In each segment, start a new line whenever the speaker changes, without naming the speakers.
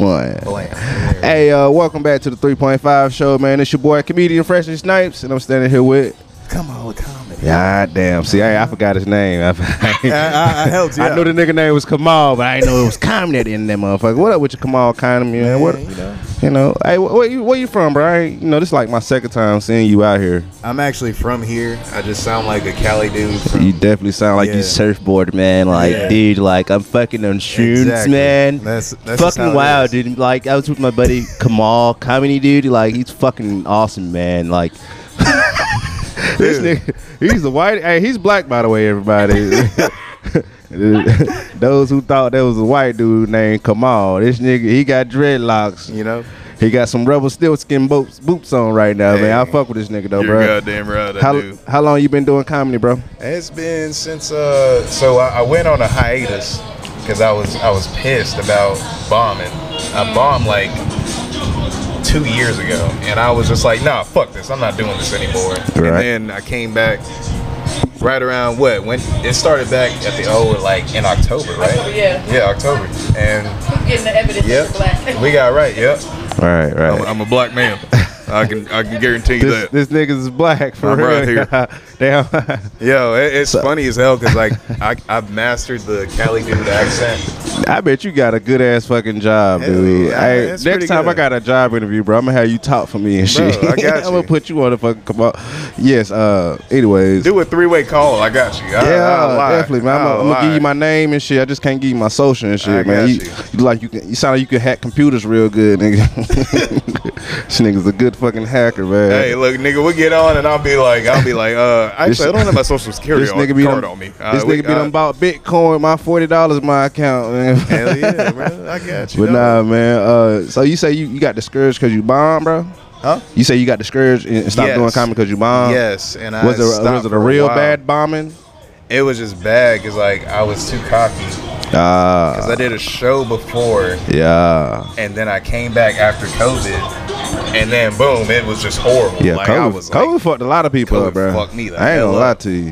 One. Hey, uh, welcome back to the 3.5 show, man. It's your boy, comedian Freshly Snipes, and I'm standing here with.
Come on with comedy.
God damn. See, I, I forgot his name. I,
I, I helped you.
I
out.
knew the nigga name was Kamal, but I didn't know it was Comedy in that motherfucker. What up with your Kamal Khan, man? What,
You know,
you know, hey, wh- where you, where you from, bro? I ain't, you know, this is like my second time seeing you out here.
I'm actually from here. I just sound like a Cali dude. From,
You definitely sound like you
Yeah.
surfboard, man. Like,
Yeah.
dude, like I'm fucking on shrooms,
Exactly.
man.
That's- that's just how
fucking
it
wild,
is.
dude. Like I was with my buddy Kamal Comedy, dude. Like he's fucking awesome, man. Like. this nigga, he's the white. Hey, he's black, by the way, everybody. Those who thought that was a white dude named Kamal, this nigga, he got dreadlocks.
you know,
He got some rubber steel skin boots, boots on right now, man. I
Hey.
fuck with this nigga though,
You're
bro.
goddamn right, I
How,
do.
how long you been doing comedy, bro?
It's been since uh, so I, I went on a hiatus because I was I was pissed about bombing. I bombed like two years ago, and I was just like, nah, fuck this, I'm not doing this anymore.
Right.
And then I came back right around what when it started back at the old like in October, right?
October, yeah.
Yeah, October, and
Who's getting the evidence
yep,
for black?
we got right. Yep,
Right, right.
I'm, I'm a black man. I can I can guarantee you
this,
that.
this nigga's black for
I'm
real.
right here.
Damn.
Yo, it, it's funny as hell because like I I've mastered the Cali dude accent.
I bet you got a good ass fucking job,
Hell,
dude.
I-
Hey,
it's
next
pretty
time I
good.
got a job interview, bro, I'm gonna have you talk for me and
Bro,
shit.
I got
I'm gonna
you.
put you on the fucking come on. Yes. Uh. Anyways.
Do a three way call. I got you. I,
yeah,
I'll lie.
definitely, man. I'm,
I'll
gonna give you
lie.
my name and shit. I just can't give you my social and shit,
I
man.
got
You,
you.
you like you can. You sound like you can hack computers real good, nigga. this nigga's a good fucking hacker, man.
Hey, look, nigga, we get on and I'll be like, I'll be like, uh,
This-
actually, I don't have my social security
this
on,
nigga be
card
done,
on me. Uh,
This
we-
nigga be done
uh,
bought Bitcoin, my forty dollars in my account, man.
Hell yeah, bro. I got you.
But nah, man. Uh, so you say you, you got discouraged because you bombed, bro?
Huh?
You say you got discouraged and and stopped
Yes.
doing comedy because you bombed?
Uh, Yes, and I
um, Was it
stopped
was it
for
a real
while.
bad bombing?
It was just bad because like I was too cocky because
Ah,
I did a show before
yeah,
and then I came back after COVID and then boom, it was just horrible.
yeah.
like, I
COVID,
was
COVID
like,
fucked a lot of people up,
COVID
bro.
fucked me the
I ain't
hell
gonna lie
up.
to you.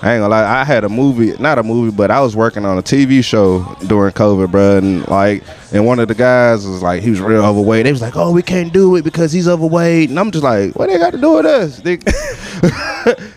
I ain't gonna lie. I had a movie, not a movie, but I was working on a TV show during COVID, bro. And like, and one of the guys was like, he was real overweight. They was like, oh, we can't do it because he's overweight. And I'm just like, what they got to do with us? They,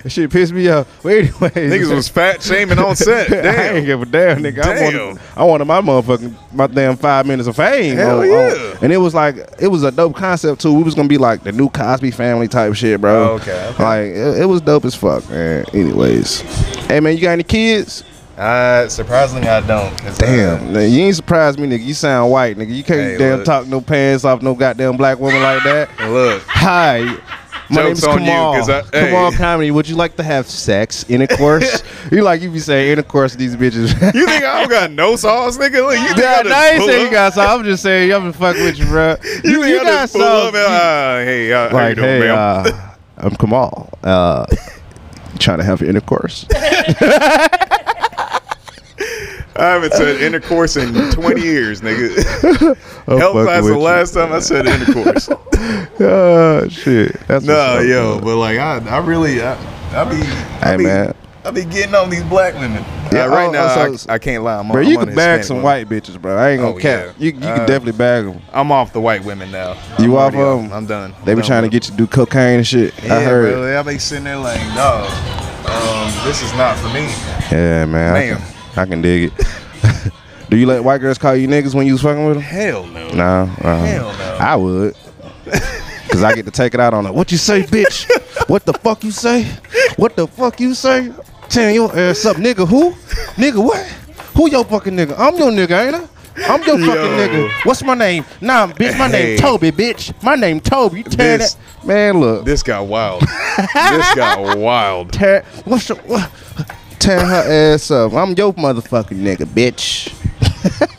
shit pissed me off. But anyways,
niggas was fat shaming on set.
I
Damn.
ain't give a damn, nigga. I
Damn.
wanted, I wanted my motherfucking, my damn five minutes of fame.
Hell
on- on-
yeah.
And it was like, it was a dope concept too. We was gonna be like the new Cosby Family type shit, bro.
Oh, okay, okay.
Like it, it was dope as fuck, man. Anyways, hey man, you got any kids?
Uh, surprisingly, I don't. 'cause, uh,
Damn, nigga, you ain't surprised me, nigga. You sound white, nigga. You can't
Hey,
damn
look.
talk no pants off no goddamn black woman like that.
Look,
Hi. My name's
Joke's on you,
Kamal.
'cause I- hey.
Kamal Comedy. Would you like to have sex intercourse? you like you be saying intercourse to these bitches.
you think I don't got no sauce, nigga? Look, you think I
Yeah,
just
no, I ain't
pull
saying
up?
you got some. I'm just saying I'm just fucking with you, bro.
You, think I just pull up and, uh, hey, uh, how you
like,
doing,
hey,
ma'am?
uh, I'm Kamal. Uh, trying to have intercourse.
I haven't said intercourse in 20 years, nigga.
I'm
Hell
fucking
class the
with you.
last time I said intercourse.
Uh, shit. That's
nah,
what's up,
yo,
bro.
but like, I, I really, I, I be, I
Hey,
be,
man.
I be getting on these black women.
Yeah,
Yeah, right
oh,
now,
oh, so-
I, I can't lie. I'm,
Bro,
on-
you
I'm on
can
the
bag
Hispanic
some
woman.
white bitches, bro. I ain't gonna
Oh,
cap.
yeah.
You, you can
Uh,
definitely bag them.
I'm off the white women now.
You off
I'm already
of 'em?
I'm done.
They be
Done
trying to
with 'em.
get you to do cocaine and shit.
Yeah,
I heard.
bro. I be sitting there like, dog, um, this is not for me.
Yeah, man. I
Ma'am.
can, I can dig it. do you let white girls call you niggas when you was fucking with them?
Hell no.
No, uh,
Hell no.
I would. Cause I get to take it out on her. What you say, bitch? What the fuck you say? What the fuck you say? Tearing your ass up, nigga. Who? Nigga what? Who your fucking nigga? I'm your nigga, ain't I? I'm your fucking
Yo.
nigga. What's my name? Nah, bitch. My
Hey.
name Toby, bitch. My name Toby. You tearing
This-
that man? Look.
This got wild. this got wild.
tear. What's your, what? Tearing her ass up. I'm your motherfucking nigga, bitch.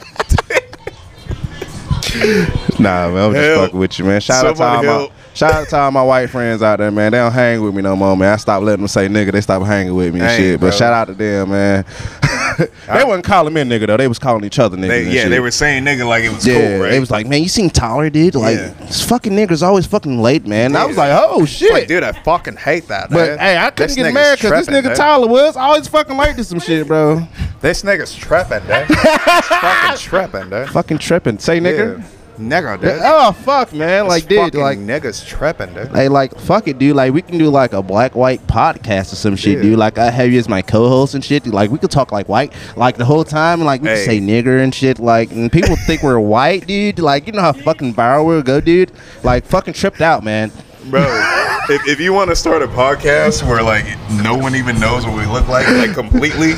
nah, man, I'm just
Help.
fucking with you, man. Shout out to all
Somebody
my
help.
shout out to all my white friends out there, man. They don't hang with me no more, man. I stopped letting them say nigga. They stopped hanging with me and
Dang,
shit. But
bro.
shout out to them, man. they wasn't calling me a nigga though. They was calling each other niggas.
They,
and
yeah,
shit.
they were saying nigga like it was
Yeah,
cool, right?
they was like, man, you seem taller, dude. Like,
Yeah.
this fucking niggas always fucking late, man. I was like, oh shit,
Like, dude, I fucking hate that.
but
man.
hey, I couldn't
This
get
nigga's
mad because this
tripping,
nigga
dude.
Tyler was always fucking late to some shit, bro.
This nigga's trapping, dude. He's fucking trapping, dude.
Fucking tripping. Say nigga.
Yeah.
Nigga, dude.
Oh fuck, man! Like, dude,
Fucking
like,
niggas trapping, dude.
hey, like, fuck it, dude. Like, we can do like a black white podcast or some shit,
Yeah.
dude. Like, I have you as my co-host and shit. Like, we could talk like white, like the whole time, and like we
Hey.
can say nigger and shit. Like, and people think we're white, dude. Like, you know how fucking viral we'll go, dude. Like, fucking tripped out, man.
Bro, if, if you want to start a podcast where like no one even knows what we look like, like completely,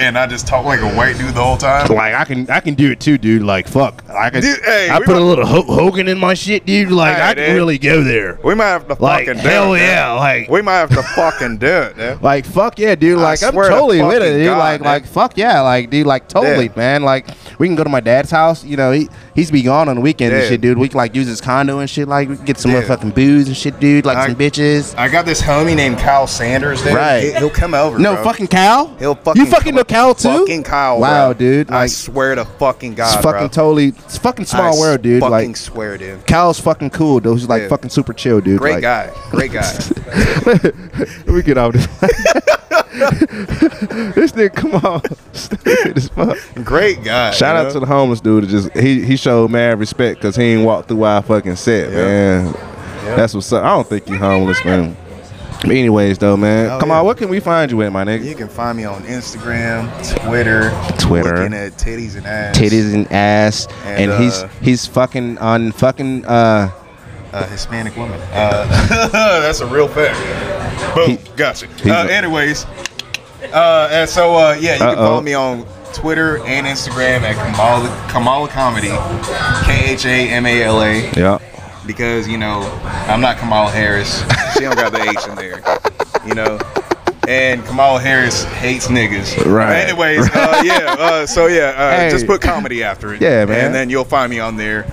and I just talk like a white dude the whole time,
Like, I can, I can do it too, dude. Like, fuck, I can.
Dude, hey,
I
we
put a
might-
little Ho- Hogan in my shit, dude. Like,
Hey,
I can
dude.
really go there.
we might have to
Like,
fucking
hell
do it. dude.
yeah, like-
we might have to fucking do it, dude.
Like fuck yeah, dude.
I
Like I'm
swear to
totally with it,
fucking
dude.
God,
like
man.
like fuck yeah, like dude. Like totally,
Yeah.
man. Like we can go to my dad's house. You know he he's be gone on the weekend and
Yeah.
shit, dude. We can like use his condo and shit. Like we can get some
Yeah.
motherfucking booze and shit, dude. Like
I-
some bitches.
I got this homie named Kyle Sanders. Dude.
Right.
He, will come over.
no
bro.
fucking cow.
He'll fucking.
you fucking
come-
know cow too.
Fucking Kyle.
Wow,
bro.
dude.
I
Like it's
swear to fucking God,
fucking
bro.
totally. It's fucking
I
small world, dude.
Fucking
Like
swear, dude.
Kyle's fucking cool, dude. He's like
Yeah.
fucking super chill, dude.
Great
like,
guy. Great guy.
we get off this. this nigga, come on, stupid as fuck.
great guy.
Shout out to the homeless dude. that Just he he showed mad respect because he ain't walked through our fucking set, man. That's what's up. I don't think you homeless, man. But anyways, though, man,
Oh,
come
yeah.
on, what can we find you at, my nigga?
You can find me on Instagram, Twitter,
Twitter.
looking at titties and ass,
Titties and ass, and,
And,
he's
uh,
he's fucking on fucking uh
uh, Hispanic woman. Uh,
That's a real fact. Boom, gotcha. Uh,
a-
anyways, uh, and so uh, yeah, you can
Uh-oh.
follow me on Twitter and Instagram at Kamala, Kamala Comedy, K H A M A L A,
yeah.
because you know I'm not Kamala Harris. She don't got the H in there, you know. And Kamala Harris hates niggas.
Right.
Anyways, uh, yeah. Uh, so yeah, uh,
Hey.
just put comedy after it.
Yeah, man.
And then you'll find me on there.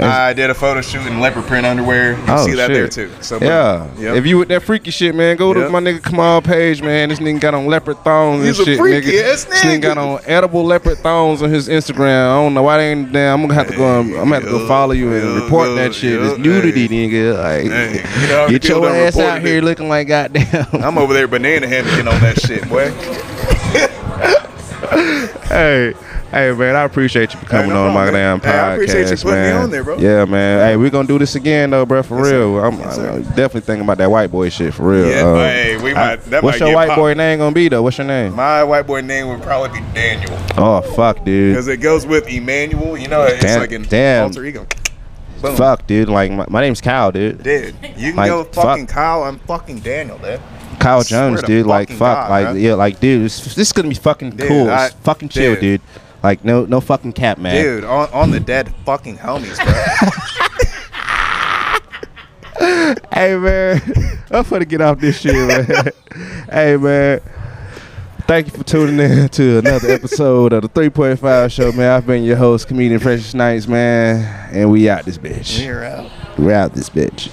I did a photo shoot in leopard print underwear. You
Oh,
see that there
shit.
too. So boom.
Yeah.
Yep.
If you with that freaky shit, man, go to
Yep.
my nigga Kamal Page, man. This nigga got on leopard thongs
He's a
and shit,
freaky
nigga.
ass
This nigga
nigga.
got on edible leopard thongs on his Instagram. I don't know why they ain't damn. I'm gonna have to go. I'm gonna have to go
Yup,
follow you and
yup,
report that
yup,
shit.
yup,
it's nudity, nigga. Like,
Hey, you know how many
get
people
your
done
ass out
reported
here
it?
looking like goddamn.
I'm over there banana hammocking on that shit, boy.
hey, hey, man, I appreciate you for coming
Hey, no
on my
problem,
damn
man.
podcast,
Hey, I appreciate you putting me
man.
on there, bro.
Yeah, man. Hey, we're gonna do this again, though, bro. For real, I'm,
sir.
I'm definitely thinking about that white boy shit. For real.
Yeah,
Uh,
but hey,
I-
we might. that
what's
might
your
get
white
popped.
boy name gonna be though? What's your name?
My white boy name would probably be Daniel
oh fuck, dude.
because it goes with Emmanuel. You know, it's
Damn-
like an
damn.
alter ego. Boom.
Fuck, dude. Like my, my name's Kyle, dude.
Dude, you can
Like,
go
fuck.
fucking Kyle. I'm fucking Daniel, dude.
Kyle
swear
Jones,
to
dude. Like
fucking
fuck,
God,
like
bro.
yeah, like dude. This, this is gonna be fucking
Dude,
cool.
I-
It's fucking chill, dude.
dude.
Like no, no fucking cap, man.
Dude, on, on the dead fucking homies, bro.
Hey man, I'm finna get off this shit, man. hey man, thank you for tuning in to another episode of the 3.5 Show, man. I've been your host, comedian Precious Nights, man, and we out this bitch.
You're out.
We out this bitch.